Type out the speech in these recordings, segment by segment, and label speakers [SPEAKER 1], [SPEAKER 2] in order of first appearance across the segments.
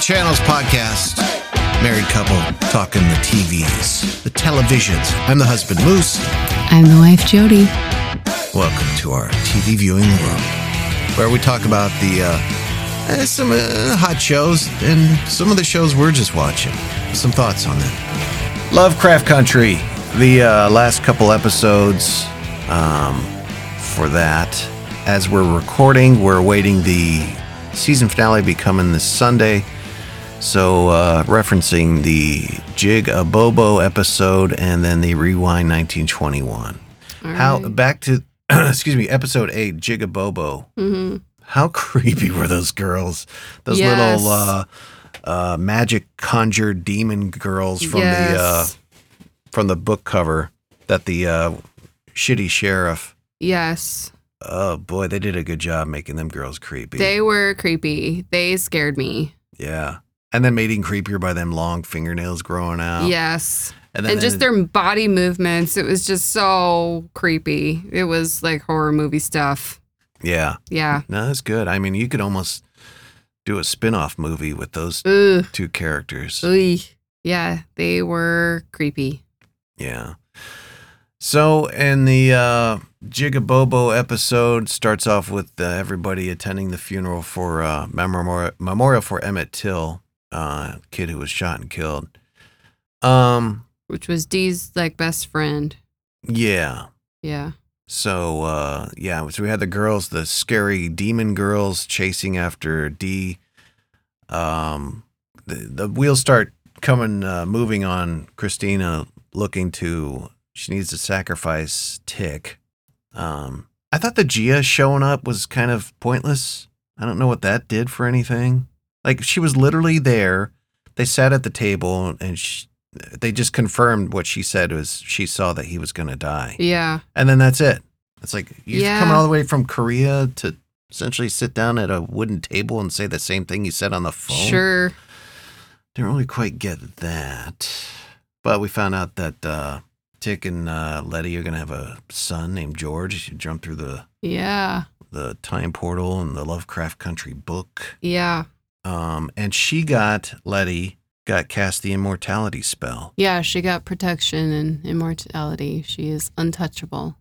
[SPEAKER 1] Channels podcast. Married couple talking the TVs, the televisions. I'm the husband, Moose.
[SPEAKER 2] I'm the wife, Jody.
[SPEAKER 1] Welcome to our TV viewing world, where we talk about the uh, eh, some uh, hot shows and some of the shows we're just watching. Some thoughts on them. Lovecraft Country, the uh, last couple episodes um, for that. As we're recording, we're awaiting the season finale be coming this Sunday. So, uh, referencing the Jig a Bobo episode and then the Rewind 1921. How back to excuse me, episode eight, Jigabobo.
[SPEAKER 2] Mm-hmm.
[SPEAKER 1] How creepy were those girls? Those
[SPEAKER 2] Yes.
[SPEAKER 1] little uh, uh, magic conjure demon girls from the uh,
[SPEAKER 2] yes.
[SPEAKER 1] from the book cover that the uh, shitty sheriff.
[SPEAKER 2] yes.
[SPEAKER 1] Oh boy, they did a good job making them girls creepy.
[SPEAKER 2] They were creepy. They scared me.
[SPEAKER 1] yeah, and then made even creepier by them long fingernails growing out.
[SPEAKER 2] Yes.
[SPEAKER 1] then,
[SPEAKER 2] and just their body movements. It was just so creepy. It was like horror movie stuff.
[SPEAKER 1] yeah,
[SPEAKER 2] Yeah.
[SPEAKER 1] no, that's good. I mean, you could almost do a spin-off movie with those
[SPEAKER 2] Ugh.
[SPEAKER 1] two characters.
[SPEAKER 2] Ugh. Yeah. They were creepy.
[SPEAKER 1] Yeah. So, in the uh, Jigabobo episode, starts off with uh, everybody attending the funeral for uh, memorial memorial for Emmett Till, uh, kid who was shot and killed. Um,
[SPEAKER 2] Which was Dee's like best friend.
[SPEAKER 1] yeah.
[SPEAKER 2] Yeah.
[SPEAKER 1] So, uh, yeah. So we had the girls, the scary demon girls, chasing after D. Um, the, the wheels start coming, uh, moving on Christina, looking to she needs to sacrifice Tick. Um, I thought the Gia showing up was kind of pointless. I don't know what that did for anything. Like she was literally there. They sat at the table and she, they just confirmed what she said was she saw that he was going to die
[SPEAKER 2] Yeah.
[SPEAKER 1] and then that's it. It's like you're
[SPEAKER 2] Yeah.
[SPEAKER 1] coming all the way from Korea to essentially sit down at a wooden table and say the same thing you said on the phone.
[SPEAKER 2] Sure.
[SPEAKER 1] didn't really quite get that. But we found out that uh, Tick and uh, Letty are gonna have a son named George. You jump through the
[SPEAKER 2] Yeah.
[SPEAKER 1] the time portal and the Lovecraft Country book.
[SPEAKER 2] Yeah.
[SPEAKER 1] Um, and she got Letty got cast the immortality spell.
[SPEAKER 2] Yeah. She got protection and immortality. She is untouchable.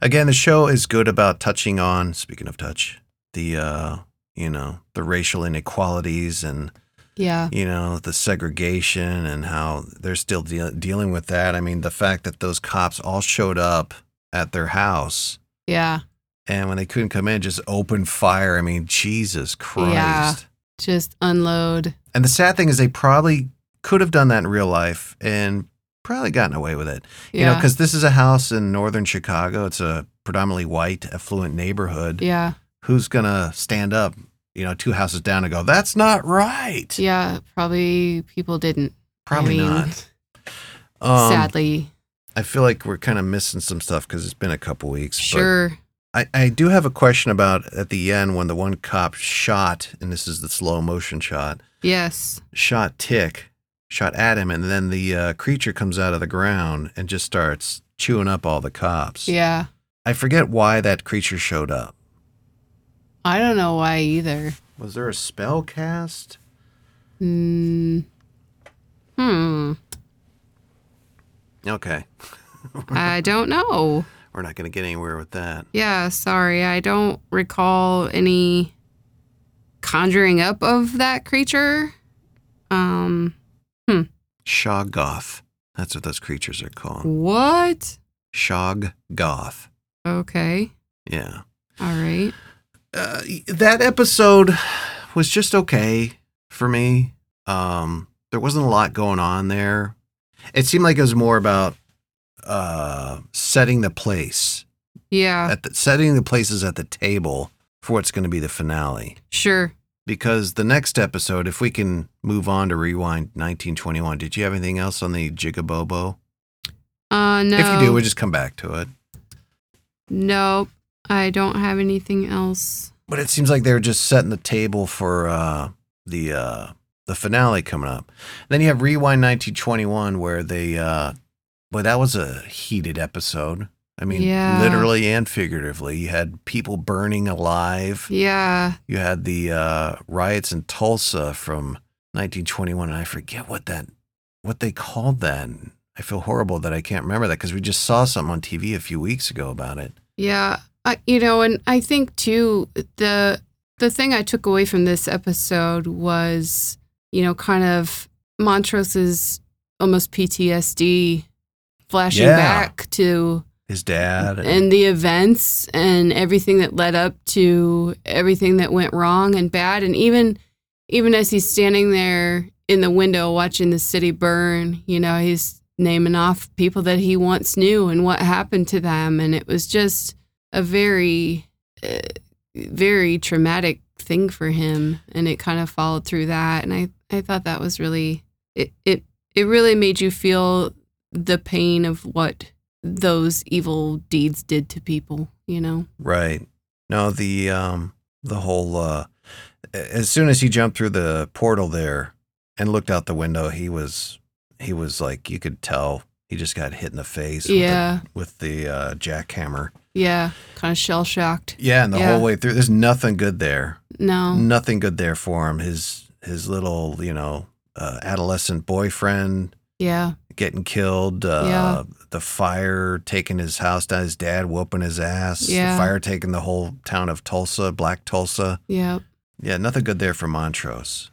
[SPEAKER 1] again the show is good about touching on speaking of touch the uh you know the racial inequalities and
[SPEAKER 2] Yeah.
[SPEAKER 1] you know the segregation and how they're still deal dealing with that i mean the fact that those cops all showed up at their house
[SPEAKER 2] Yeah.
[SPEAKER 1] and when they couldn't come in just opened fire i mean jesus christ
[SPEAKER 2] Yeah. Just unload.
[SPEAKER 1] and the sad thing is they probably could have done that in real life and probably gotten away with it
[SPEAKER 2] Yeah.
[SPEAKER 1] You know, because this is a house in northern Chicago. It's a predominantly white, affluent neighborhood.
[SPEAKER 2] yeah.
[SPEAKER 1] Who's going to stand up, you know, two houses down and go, that's not right?
[SPEAKER 2] Yeah. Probably people didn't. I
[SPEAKER 1] Probably
[SPEAKER 2] mean,
[SPEAKER 1] not. Um,
[SPEAKER 2] sadly.
[SPEAKER 1] I feel like we're kind of missing some stuff because it's been a couple weeks. but
[SPEAKER 2] Sure.
[SPEAKER 1] I, I do have a question about at the end when the one cop shot, and this is the slow motion shot,
[SPEAKER 2] Yes.
[SPEAKER 1] shot Tick, shot at him, and then the uh, creature comes out of the ground and just starts chewing up all the cops.
[SPEAKER 2] Yeah.
[SPEAKER 1] I forget why that creature showed up.
[SPEAKER 2] I don't know why either.
[SPEAKER 1] Was there a spell cast?
[SPEAKER 2] Mm. Hmm.
[SPEAKER 1] Okay.
[SPEAKER 2] I don't know.
[SPEAKER 1] We're not going to get anywhere with that.
[SPEAKER 2] Yeah. Sorry. I don't recall any conjuring up of that creature. Um,
[SPEAKER 1] Shoggoth. That's what those creatures are called.
[SPEAKER 2] what?
[SPEAKER 1] Shoggoth.
[SPEAKER 2] Okay.
[SPEAKER 1] Yeah.
[SPEAKER 2] All right.
[SPEAKER 1] Uh, that episode was just okay for me. Um, there wasn't a lot going on there. It seemed like it was more about uh, setting the place,
[SPEAKER 2] Yeah.
[SPEAKER 1] at the, setting the places at the table for what's going to be the finale.
[SPEAKER 2] Sure.
[SPEAKER 1] because the next episode, if we can move on to rewind 1921, did you have anything else on the Jigabobo?
[SPEAKER 2] Uh, no.
[SPEAKER 1] If you do, we'll just come back to it.
[SPEAKER 2] Nope. I don't have anything else.
[SPEAKER 1] But it seems like they were just setting the table for uh, the uh, the finale coming up. then you have rewind 1921, where they, uh, boy, that was a heated episode. I mean,
[SPEAKER 2] Yeah.
[SPEAKER 1] literally and figuratively, you had people burning alive.
[SPEAKER 2] Yeah.
[SPEAKER 1] You had the uh, riots in Tulsa from 1921, and I forget what that what they called that. I feel horrible that I can't remember that because we just saw something on TV a few weeks ago about it.
[SPEAKER 2] Yeah, I, you know, and I think too the the thing I took away from this episode was you know kind of Montrose's almost PTSD flashing
[SPEAKER 1] Yeah.
[SPEAKER 2] back to
[SPEAKER 1] His dad and,
[SPEAKER 2] and the events and everything that led up to everything that went wrong and bad and even even as he's standing there in the window watching the city burn you know he's naming off people that he once knew and what happened to them and it was just a very uh, very traumatic thing for him and it kind of followed through that and i i thought that was really it it, it really made you feel the pain of what those evil deeds did to people, you know?
[SPEAKER 1] right. No, the um the whole uh as soon as he jumped through the portal there and looked out the window, he was he was like you could tell he just got hit in the face
[SPEAKER 2] yeah.
[SPEAKER 1] with the, with the uh, jackhammer.
[SPEAKER 2] yeah. Kind of shell shocked.
[SPEAKER 1] Yeah, and the
[SPEAKER 2] Yeah.
[SPEAKER 1] whole way through, there's nothing good there.
[SPEAKER 2] No.
[SPEAKER 1] nothing good there for him. His his little you know uh, adolescent boyfriend
[SPEAKER 2] Yeah.
[SPEAKER 1] getting killed. Uh,
[SPEAKER 2] Yeah.
[SPEAKER 1] The fire taking his house down. His dad whooping his ass.
[SPEAKER 2] Yeah.
[SPEAKER 1] The fire taking the whole town of Tulsa, Black Tulsa.
[SPEAKER 2] Yeah.
[SPEAKER 1] Yeah, nothing good there for Montrose.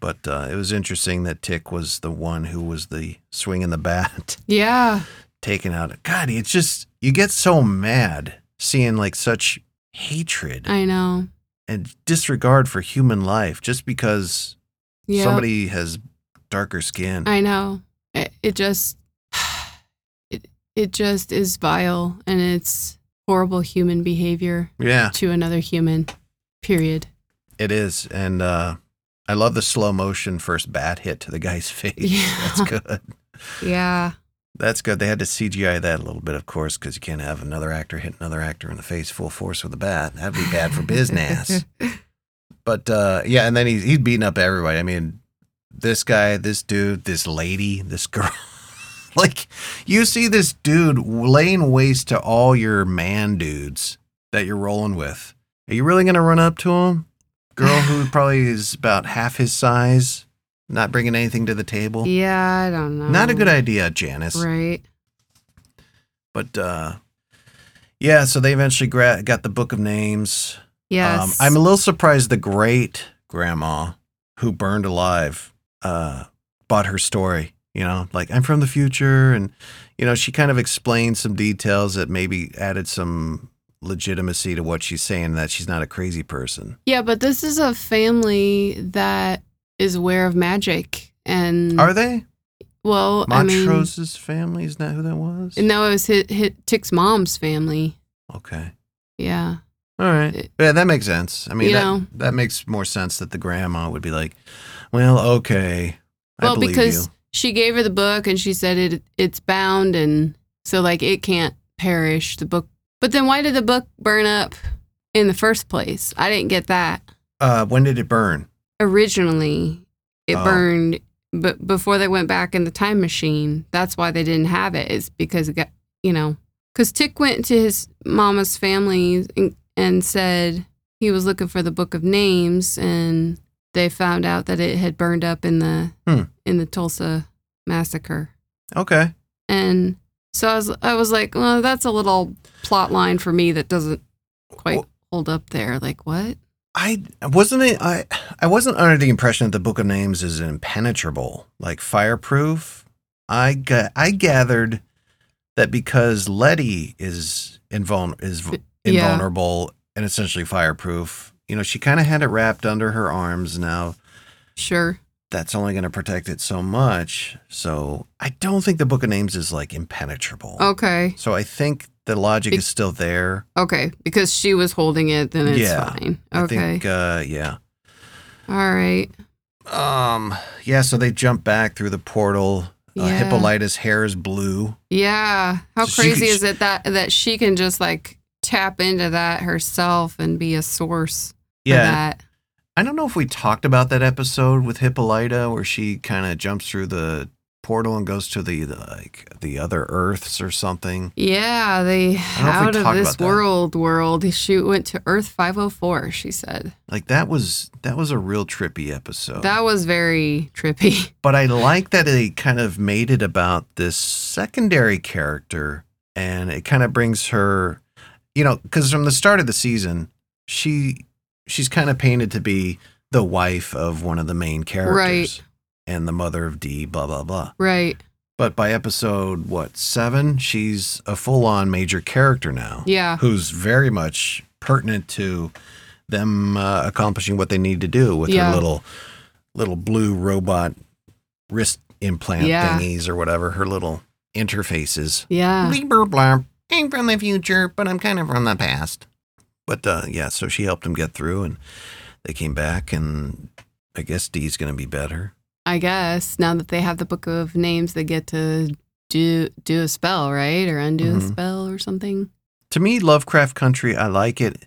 [SPEAKER 1] But uh, it was interesting that Tick was the one who was the swinging the bat,
[SPEAKER 2] Yeah.
[SPEAKER 1] taking out. God, it's just you get so mad seeing like such hatred
[SPEAKER 2] I know.
[SPEAKER 1] and disregard for human life just because
[SPEAKER 2] Yeah.
[SPEAKER 1] somebody has darker skin.
[SPEAKER 2] I know. It, it just, it, it just is vile and it's horrible human behavior
[SPEAKER 1] yeah,
[SPEAKER 2] to another human, period.
[SPEAKER 1] it is, and uh, I love the slow motion first bat hit to the guy's face.
[SPEAKER 2] Yeah.
[SPEAKER 1] That's good.
[SPEAKER 2] Yeah.
[SPEAKER 1] That's good. They had to CGI that a little bit, of course, because you can't have another actor hit another actor in the face full force with a bat. That'd be bad for business. but uh, yeah, and then he's he's beating up everybody. I mean, this guy, this dude, this lady, this girl. like, you see this dude laying waste to all your man dudes that you're rolling with. Are you really gonna run up to him? Girl who probably is about half his size, not bringing anything to the table.
[SPEAKER 2] Yeah. I don't know.
[SPEAKER 1] Not a good idea, Janice.
[SPEAKER 2] Right.
[SPEAKER 1] But uh, yeah, so they eventually gra- got the book of names.
[SPEAKER 2] Yes.
[SPEAKER 1] Um, I'm a little surprised the great grandma who burned alive uh, bought her story. You know, like I'm from the future, and you know she kind of explained some details that maybe added some legitimacy to what she's saying that she's not a crazy person.
[SPEAKER 2] yeah. But this is a family that is aware of magic and
[SPEAKER 1] Are they
[SPEAKER 2] Well,
[SPEAKER 1] Montrose's family? Isn't that who that was?
[SPEAKER 2] I mean, no, it was hit, hit Tick's mom's family.
[SPEAKER 1] okay,
[SPEAKER 2] Yeah,
[SPEAKER 1] all right,
[SPEAKER 2] It-
[SPEAKER 1] yeah, that makes sense. I mean,
[SPEAKER 2] You
[SPEAKER 1] that,
[SPEAKER 2] know.
[SPEAKER 1] that makes more sense that the grandma would be like, "Well, okay, I
[SPEAKER 2] well,
[SPEAKER 1] believe
[SPEAKER 2] because
[SPEAKER 1] you."
[SPEAKER 2] she gave her the book and she said it it's bound and so like it can't perish the book. But then why did the book burn up in the first place? I didn't get that.
[SPEAKER 1] Uh, when did it burn?
[SPEAKER 2] Originally, it
[SPEAKER 1] Oh.
[SPEAKER 2] burned, but before they went back in the time machine, that's why they didn't have it. Is because it got you know because Tick went to his mama's family and, and said he was looking for the book of names, and they found out that it had burned up in the
[SPEAKER 1] Hmm.
[SPEAKER 2] in the Tulsa massacre.
[SPEAKER 1] Okay.
[SPEAKER 2] And so I was I was like, well, that's a little plot line for me that doesn't quite
[SPEAKER 1] Well-
[SPEAKER 2] hold up there. Like what?
[SPEAKER 1] I wasn't it, I I wasn't under the impression that the Book of Names is impenetrable, like fireproof. I ga- I gathered that because Letty is invuln is v-
[SPEAKER 2] Yeah.
[SPEAKER 1] invulnerable and essentially fireproof, you know, she kind of had it wrapped under her arms now.
[SPEAKER 2] Sure.
[SPEAKER 1] That's only going to protect it so much. So, I don't think the Book of Names is like impenetrable.
[SPEAKER 2] Okay.
[SPEAKER 1] So, I think the logic
[SPEAKER 2] Oh. Be-
[SPEAKER 1] is still there.
[SPEAKER 2] Okay. Because she was holding it, then it's
[SPEAKER 1] Yeah.
[SPEAKER 2] fine.
[SPEAKER 1] I
[SPEAKER 2] Okay.
[SPEAKER 1] think uh yeah.
[SPEAKER 2] All right.
[SPEAKER 1] Um. Yeah. So they jump back through the portal. Uh,
[SPEAKER 2] Yeah.
[SPEAKER 1] Hippolyta's hair is blue.
[SPEAKER 2] Yeah. How
[SPEAKER 1] So she
[SPEAKER 2] crazy
[SPEAKER 1] could-
[SPEAKER 2] is it that that she can just like tap into that herself and be a source for
[SPEAKER 1] Yeah.
[SPEAKER 2] that?
[SPEAKER 1] I don't know if we talked about that episode with Hippolyta where she kind of jumps through the portal and goes to the, the like the other Earths or something.
[SPEAKER 2] Yeah,
[SPEAKER 1] don't
[SPEAKER 2] the
[SPEAKER 1] know if we
[SPEAKER 2] out of
[SPEAKER 1] talked
[SPEAKER 2] this
[SPEAKER 1] about that.
[SPEAKER 2] world world. She went to Earth 504, she said.
[SPEAKER 1] Like that was that was a real trippy episode.
[SPEAKER 2] That was very trippy.
[SPEAKER 1] but I like that they kind of made it about this secondary character and it kind of brings her you know cuz from the start of the season she she's kind of painted to be the wife of one of the main characters
[SPEAKER 2] Right.
[SPEAKER 1] and the mother of D blah blah blah.
[SPEAKER 2] Right.
[SPEAKER 1] But by episode what, 7, she's a full-on major character now
[SPEAKER 2] Yeah.
[SPEAKER 1] who's very much pertinent to them uh, accomplishing what they need to do with
[SPEAKER 2] Yeah.
[SPEAKER 1] her little little blue robot wrist implant
[SPEAKER 2] Yeah. Uh.
[SPEAKER 1] thingies or whatever her little interfaces.
[SPEAKER 2] Yeah.
[SPEAKER 1] Lieber blarp. I'm from the future, but I'm kind of from the past. But uh, yeah, so she helped him get through, and they came back, and I guess Dee's gonna be better.
[SPEAKER 2] I guess now that they have the book of names they get to do do a spell, right? Or undo a
[SPEAKER 1] Mhm.
[SPEAKER 2] spell or something.
[SPEAKER 1] To me, Lovecraft Country, I like it.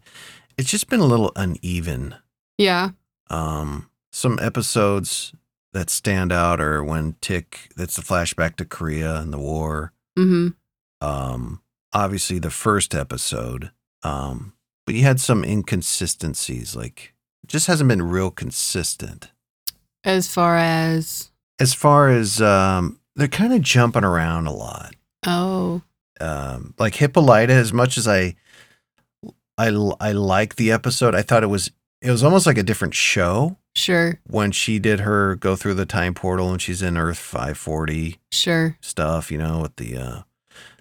[SPEAKER 1] It's just been a little uneven.
[SPEAKER 2] Yeah.
[SPEAKER 1] Um, some episodes that stand out are when Tick, that's the flashback to Korea and the war.
[SPEAKER 2] Mhm.
[SPEAKER 1] Um, obviously, the first episode. Um, but you had some inconsistencies, like it just hasn't been real consistent.
[SPEAKER 2] As far as
[SPEAKER 1] As far as um, they're kind of jumping around a lot.
[SPEAKER 2] oh,
[SPEAKER 1] Um, like Hippolyta, as much as I, I, I like the episode, I thought it was it was almost like a different show.
[SPEAKER 2] sure,
[SPEAKER 1] when she did her go through the time portal and she's in Earth 540
[SPEAKER 2] sure,
[SPEAKER 1] stuff, you know, with the uh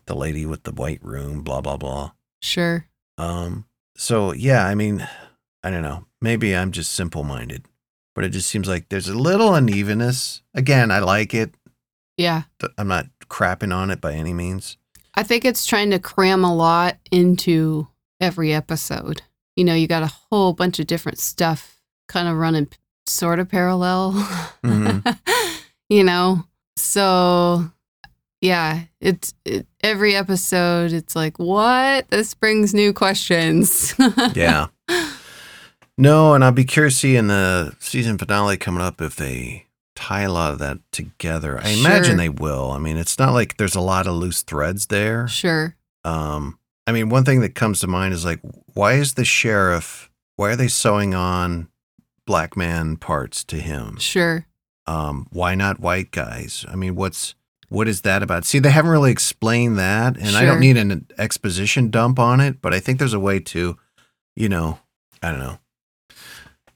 [SPEAKER 1] the lady with the white room, blah blah blah.
[SPEAKER 2] sure.
[SPEAKER 1] Um so yeah, I mean, I don't know. Maybe I'm just simple-minded, but it just seems like there's a little unevenness. Again, I like it.
[SPEAKER 2] Yeah.
[SPEAKER 1] Th- I'm not crapping on it by any means.
[SPEAKER 2] I think it's trying to cram a lot into every episode. You know, you got a whole bunch of different stuff kind of running p- sort of parallel,
[SPEAKER 1] Mhm.
[SPEAKER 2] you know? So, yeah, it's it, every episode, it's like, what? This brings new questions.
[SPEAKER 1] Yeah. no, and I'll be curious to see in the season finale coming up if they tie a lot of that together. I
[SPEAKER 2] Sure.
[SPEAKER 1] imagine they will. I mean, it's not like there's a lot of loose threads there.
[SPEAKER 2] sure.
[SPEAKER 1] Um, I mean, one thing that comes to mind is like, why is the sheriff? Why are they sewing on black man parts to him?
[SPEAKER 2] Sure.
[SPEAKER 1] Um, why not white guys? I mean, what's what is that about? See, they haven't really explained that, and I
[SPEAKER 2] Sure.
[SPEAKER 1] don't need an exposition dump on it, but I think there's a way to, you know, I don't know.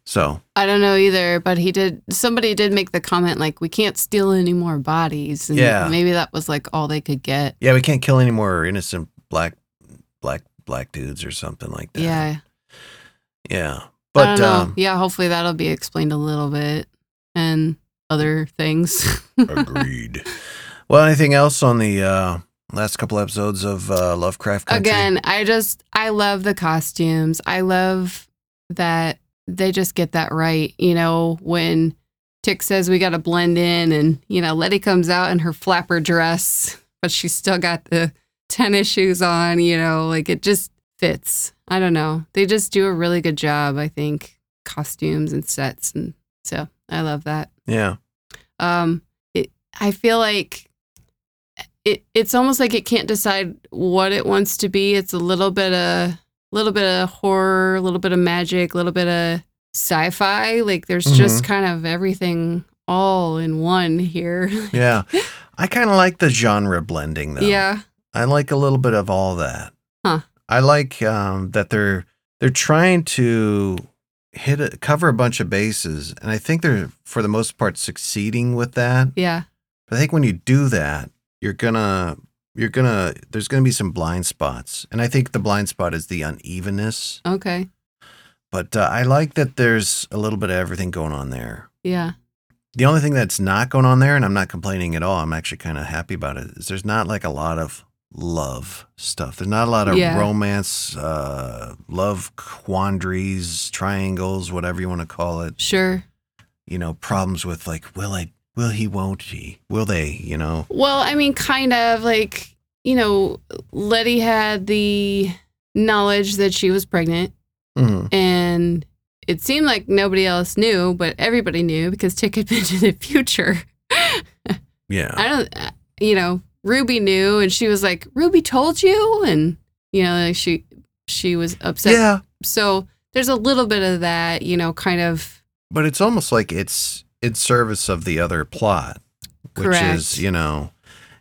[SPEAKER 1] So
[SPEAKER 2] I don't know either, but he did. Somebody did make the comment like, "We can't steal any more bodies." And
[SPEAKER 1] Yeah.
[SPEAKER 2] maybe that was like all they could get.
[SPEAKER 1] yeah, we can't kill any more innocent black, black, black dudes or something like that.
[SPEAKER 2] Yeah,
[SPEAKER 1] yeah.
[SPEAKER 2] I
[SPEAKER 1] But
[SPEAKER 2] don't know.
[SPEAKER 1] um,
[SPEAKER 2] yeah, hopefully that'll be explained a little bit and other things.
[SPEAKER 1] Agreed. well, anything else on the uh, last couple episodes of uh, Lovecraft Country?
[SPEAKER 2] Again, I just I love the costumes. I love that they just get that right. You know, when Tick says we got to blend in, and you know Letty comes out in her flapper dress, but she's still got the tennis shoes on. You know, like it just fits. I don't know. They just do a really good job. I think costumes and sets, and so I love that.
[SPEAKER 1] Yeah.
[SPEAKER 2] um it i feel like it it's almost like it can't decide what it wants to be it's a little bit of little bit of horror a little bit of magic a little bit of sci-fi like there's just kind of everything all in one here
[SPEAKER 1] Yeah. I kind of like the genre blending, though.
[SPEAKER 2] yeah
[SPEAKER 1] I like a little bit of all that.
[SPEAKER 2] Huh.
[SPEAKER 1] I like um, that they're they're trying to hit a, cover a bunch of bases, and I think they're for the most part succeeding with that.
[SPEAKER 2] yeah
[SPEAKER 1] But I think when you do that, you're gonna you're gonna there's gonna be some blind spots, and I think the blind spot is the unevenness.
[SPEAKER 2] okay
[SPEAKER 1] But uh, I like that there's a little bit of everything going on there.
[SPEAKER 2] yeah
[SPEAKER 1] The only thing that's not going on there, and I'm not complaining at all, I'm actually kind of happy about it, is there's not like a lot of love stuff. There's not a lot of
[SPEAKER 2] Yeah.
[SPEAKER 1] romance, uh, love quandaries, triangles, whatever you want to call it.
[SPEAKER 2] sure
[SPEAKER 1] You know, problems with like, will I, will he, won't he, will they, you know?
[SPEAKER 2] Well, I mean, kind of like, you know, Letty had the knowledge that she was pregnant,
[SPEAKER 1] Mhm.
[SPEAKER 2] and it seemed like nobody else knew, but everybody knew because Tick had been to the future.
[SPEAKER 1] Yeah.
[SPEAKER 2] I don't, uh, you know, Ruby knew, and she was like, "Ruby told you," and you know, like she she was upset.
[SPEAKER 1] yeah.
[SPEAKER 2] So there's a little bit of that, you know, kind of
[SPEAKER 1] But it's almost like it's in service of the other plot, which
[SPEAKER 2] Correct.
[SPEAKER 1] is, you know,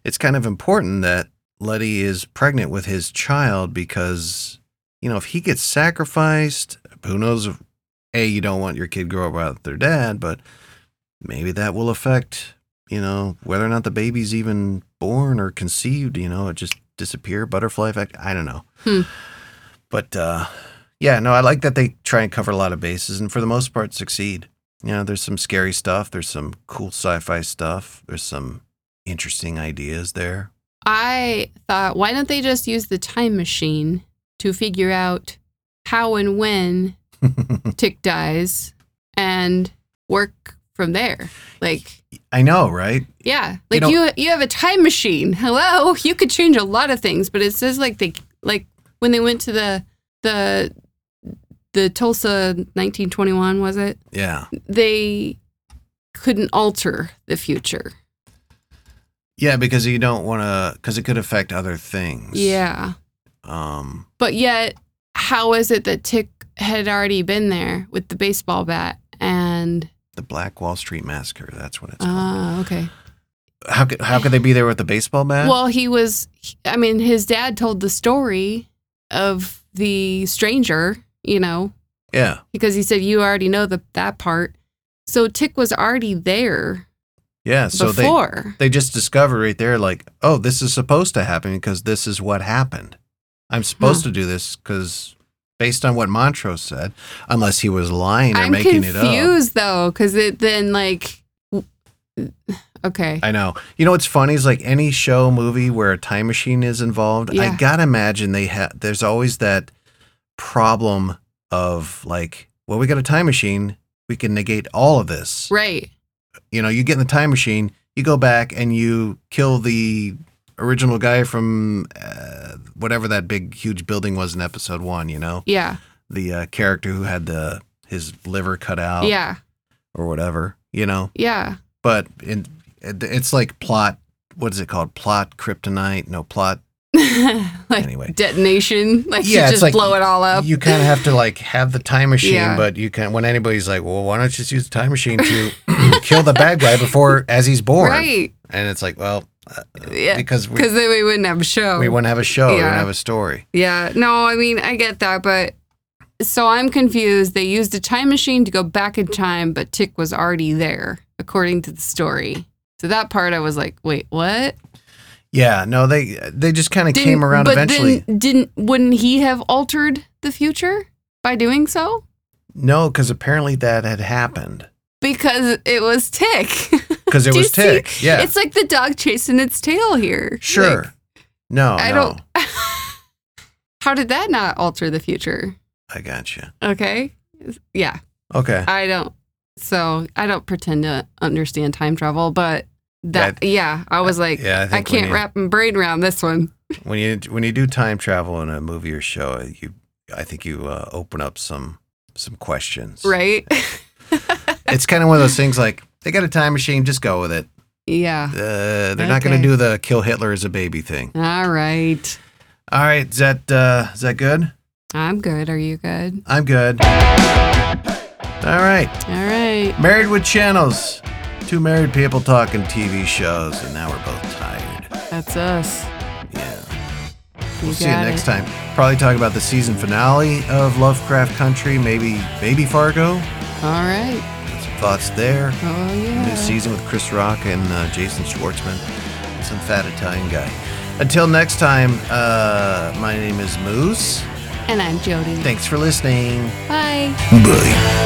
[SPEAKER 1] it's kind of important that Letty is pregnant with his child because, you know, if he gets sacrificed, who knows if A, you don't want your kid grow up without their dad, but maybe that will affect, you know, whether or not the baby's even born or conceived, you know, it just disappear, butterfly effect. I don't know.
[SPEAKER 2] Hmm.
[SPEAKER 1] But uh yeah, no, I like that they try and cover a lot of bases and for the most part succeed. You know, there's some scary stuff, there's some cool sci-fi stuff, there's some interesting ideas there.
[SPEAKER 2] I thought, why don't they just use the time machine to figure out how and when Tick dies and work from there? Like,
[SPEAKER 1] I know, right?
[SPEAKER 2] yeah,
[SPEAKER 1] You
[SPEAKER 2] like
[SPEAKER 1] know-
[SPEAKER 2] you you, have a time machine. Hello, you could change a lot of things, but it says like they like when they went to the the the Tulsa 1921 was it?
[SPEAKER 1] Yeah.
[SPEAKER 2] They couldn't alter the future.
[SPEAKER 1] Yeah, because you don't want to cuz it could affect other things.
[SPEAKER 2] Yeah.
[SPEAKER 1] Um
[SPEAKER 2] But yet, how is it that Tick had already been there with the baseball bat? And
[SPEAKER 1] the Black Wall Street Massacre, that's what it's called.
[SPEAKER 2] ah, okay.
[SPEAKER 1] How could how could they be there with the baseball bat?
[SPEAKER 2] Well, he was. I mean, his dad told the story of the stranger. You know,
[SPEAKER 1] yeah.
[SPEAKER 2] because he said you already know the, that part. So Tick was already there
[SPEAKER 1] Yeah, so they
[SPEAKER 2] before.
[SPEAKER 1] they just discovered right there, like, oh, this is supposed to happen because this is what happened. I'm supposed to do this because based on what Montrose said, unless he was lying or
[SPEAKER 2] I'm
[SPEAKER 1] making it up.
[SPEAKER 2] confused though, because it then like, w- okay,
[SPEAKER 1] I know. You know what's funny is like any show movie where a time machine is involved. I
[SPEAKER 2] Yeah.
[SPEAKER 1] gotta imagine they have. There's always that problem of like, well, we got a time machine. We can negate all of this.
[SPEAKER 2] right,
[SPEAKER 1] you know, you get in the time machine, you go back and you kill the original guy from uh, whatever that big huge building was in episode one. You know,
[SPEAKER 2] yeah,
[SPEAKER 1] the uh, character who had the his liver cut out,
[SPEAKER 2] yeah,
[SPEAKER 1] or whatever. You know,
[SPEAKER 2] yeah,
[SPEAKER 1] but in, it, it's like plot. What is it called? Plot kryptonite? No plot.
[SPEAKER 2] like
[SPEAKER 1] Anyway.
[SPEAKER 2] detonation. Like
[SPEAKER 1] Yeah,
[SPEAKER 2] you
[SPEAKER 1] it's
[SPEAKER 2] just
[SPEAKER 1] like
[SPEAKER 2] blow it all up.
[SPEAKER 1] You kind of have to like have the time machine,
[SPEAKER 2] Yeah.
[SPEAKER 1] but you can not when anybody's like, "Well, why don't you just use the time machine to kill the bad guy before as he's born?"
[SPEAKER 2] right?
[SPEAKER 1] And it's like, well, uh,
[SPEAKER 2] Yeah,
[SPEAKER 1] because we,
[SPEAKER 2] Because then we wouldn't have a show.
[SPEAKER 1] We wouldn't have a show. We wouldn't
[SPEAKER 2] Oh. Yeah.
[SPEAKER 1] have a story.
[SPEAKER 2] yeah. No, I mean I get that, but so I'm confused. They used a time machine to go back in time, but Tick was already there, according to the story. So that part I was like, wait, what?
[SPEAKER 1] Yeah, no, they they just kind of
[SPEAKER 2] Didn't-
[SPEAKER 1] came around
[SPEAKER 2] but
[SPEAKER 1] eventually.
[SPEAKER 2] Then didn't wouldn't he have altered the future by doing so?
[SPEAKER 1] No, because apparently that had happened
[SPEAKER 2] Because it was Tick.
[SPEAKER 1] because it
[SPEAKER 2] Do you
[SPEAKER 1] was
[SPEAKER 2] see?
[SPEAKER 1] Tick. Yeah,
[SPEAKER 2] It's like the dog chasing its tail here.
[SPEAKER 1] sure.
[SPEAKER 2] Like,
[SPEAKER 1] no,
[SPEAKER 2] I
[SPEAKER 1] no,
[SPEAKER 2] don't. How did that not alter the future?
[SPEAKER 1] I got you.
[SPEAKER 2] Okay. Yeah.
[SPEAKER 1] Okay,
[SPEAKER 2] I don't. So I don't pretend to understand time travel, but that, yeah, I was like,
[SPEAKER 1] yeah, I
[SPEAKER 2] I,
[SPEAKER 1] think we
[SPEAKER 2] can't
[SPEAKER 1] need-
[SPEAKER 2] wrap my brain around this one.
[SPEAKER 1] when you when you do time travel in a movie or show, you I think you uh, open up some some questions.
[SPEAKER 2] Right.
[SPEAKER 1] It's kind of one of those things like they got a time machine, just go with it.
[SPEAKER 2] yeah.
[SPEAKER 1] Uh, they're not going
[SPEAKER 2] Okay.
[SPEAKER 1] to do the kill Hitler as a baby thing.
[SPEAKER 2] All right.
[SPEAKER 1] All right, is that uh, is that good?
[SPEAKER 2] I'm good. Are you good?
[SPEAKER 1] I'm good. All right.
[SPEAKER 2] All right.
[SPEAKER 1] Married with Channels. Two married people talking TV shows, and now we're both tired.
[SPEAKER 2] That's us.
[SPEAKER 1] Yeah.
[SPEAKER 2] You
[SPEAKER 1] We'll see you
[SPEAKER 2] got
[SPEAKER 1] next
[SPEAKER 2] it.
[SPEAKER 1] time. Probably talk about the season finale of Lovecraft Country, maybe Baby Fargo.
[SPEAKER 2] All right.
[SPEAKER 1] Some thoughts there.
[SPEAKER 2] Oh,
[SPEAKER 1] New
[SPEAKER 2] yeah.
[SPEAKER 1] season with Chris Rock and uh, Jason Schwartzman. Some fat Italian guy. Until next time, uh, my name is Moose.
[SPEAKER 2] And I'm Jody.
[SPEAKER 1] Thanks for listening.
[SPEAKER 2] Bye.
[SPEAKER 1] Bye.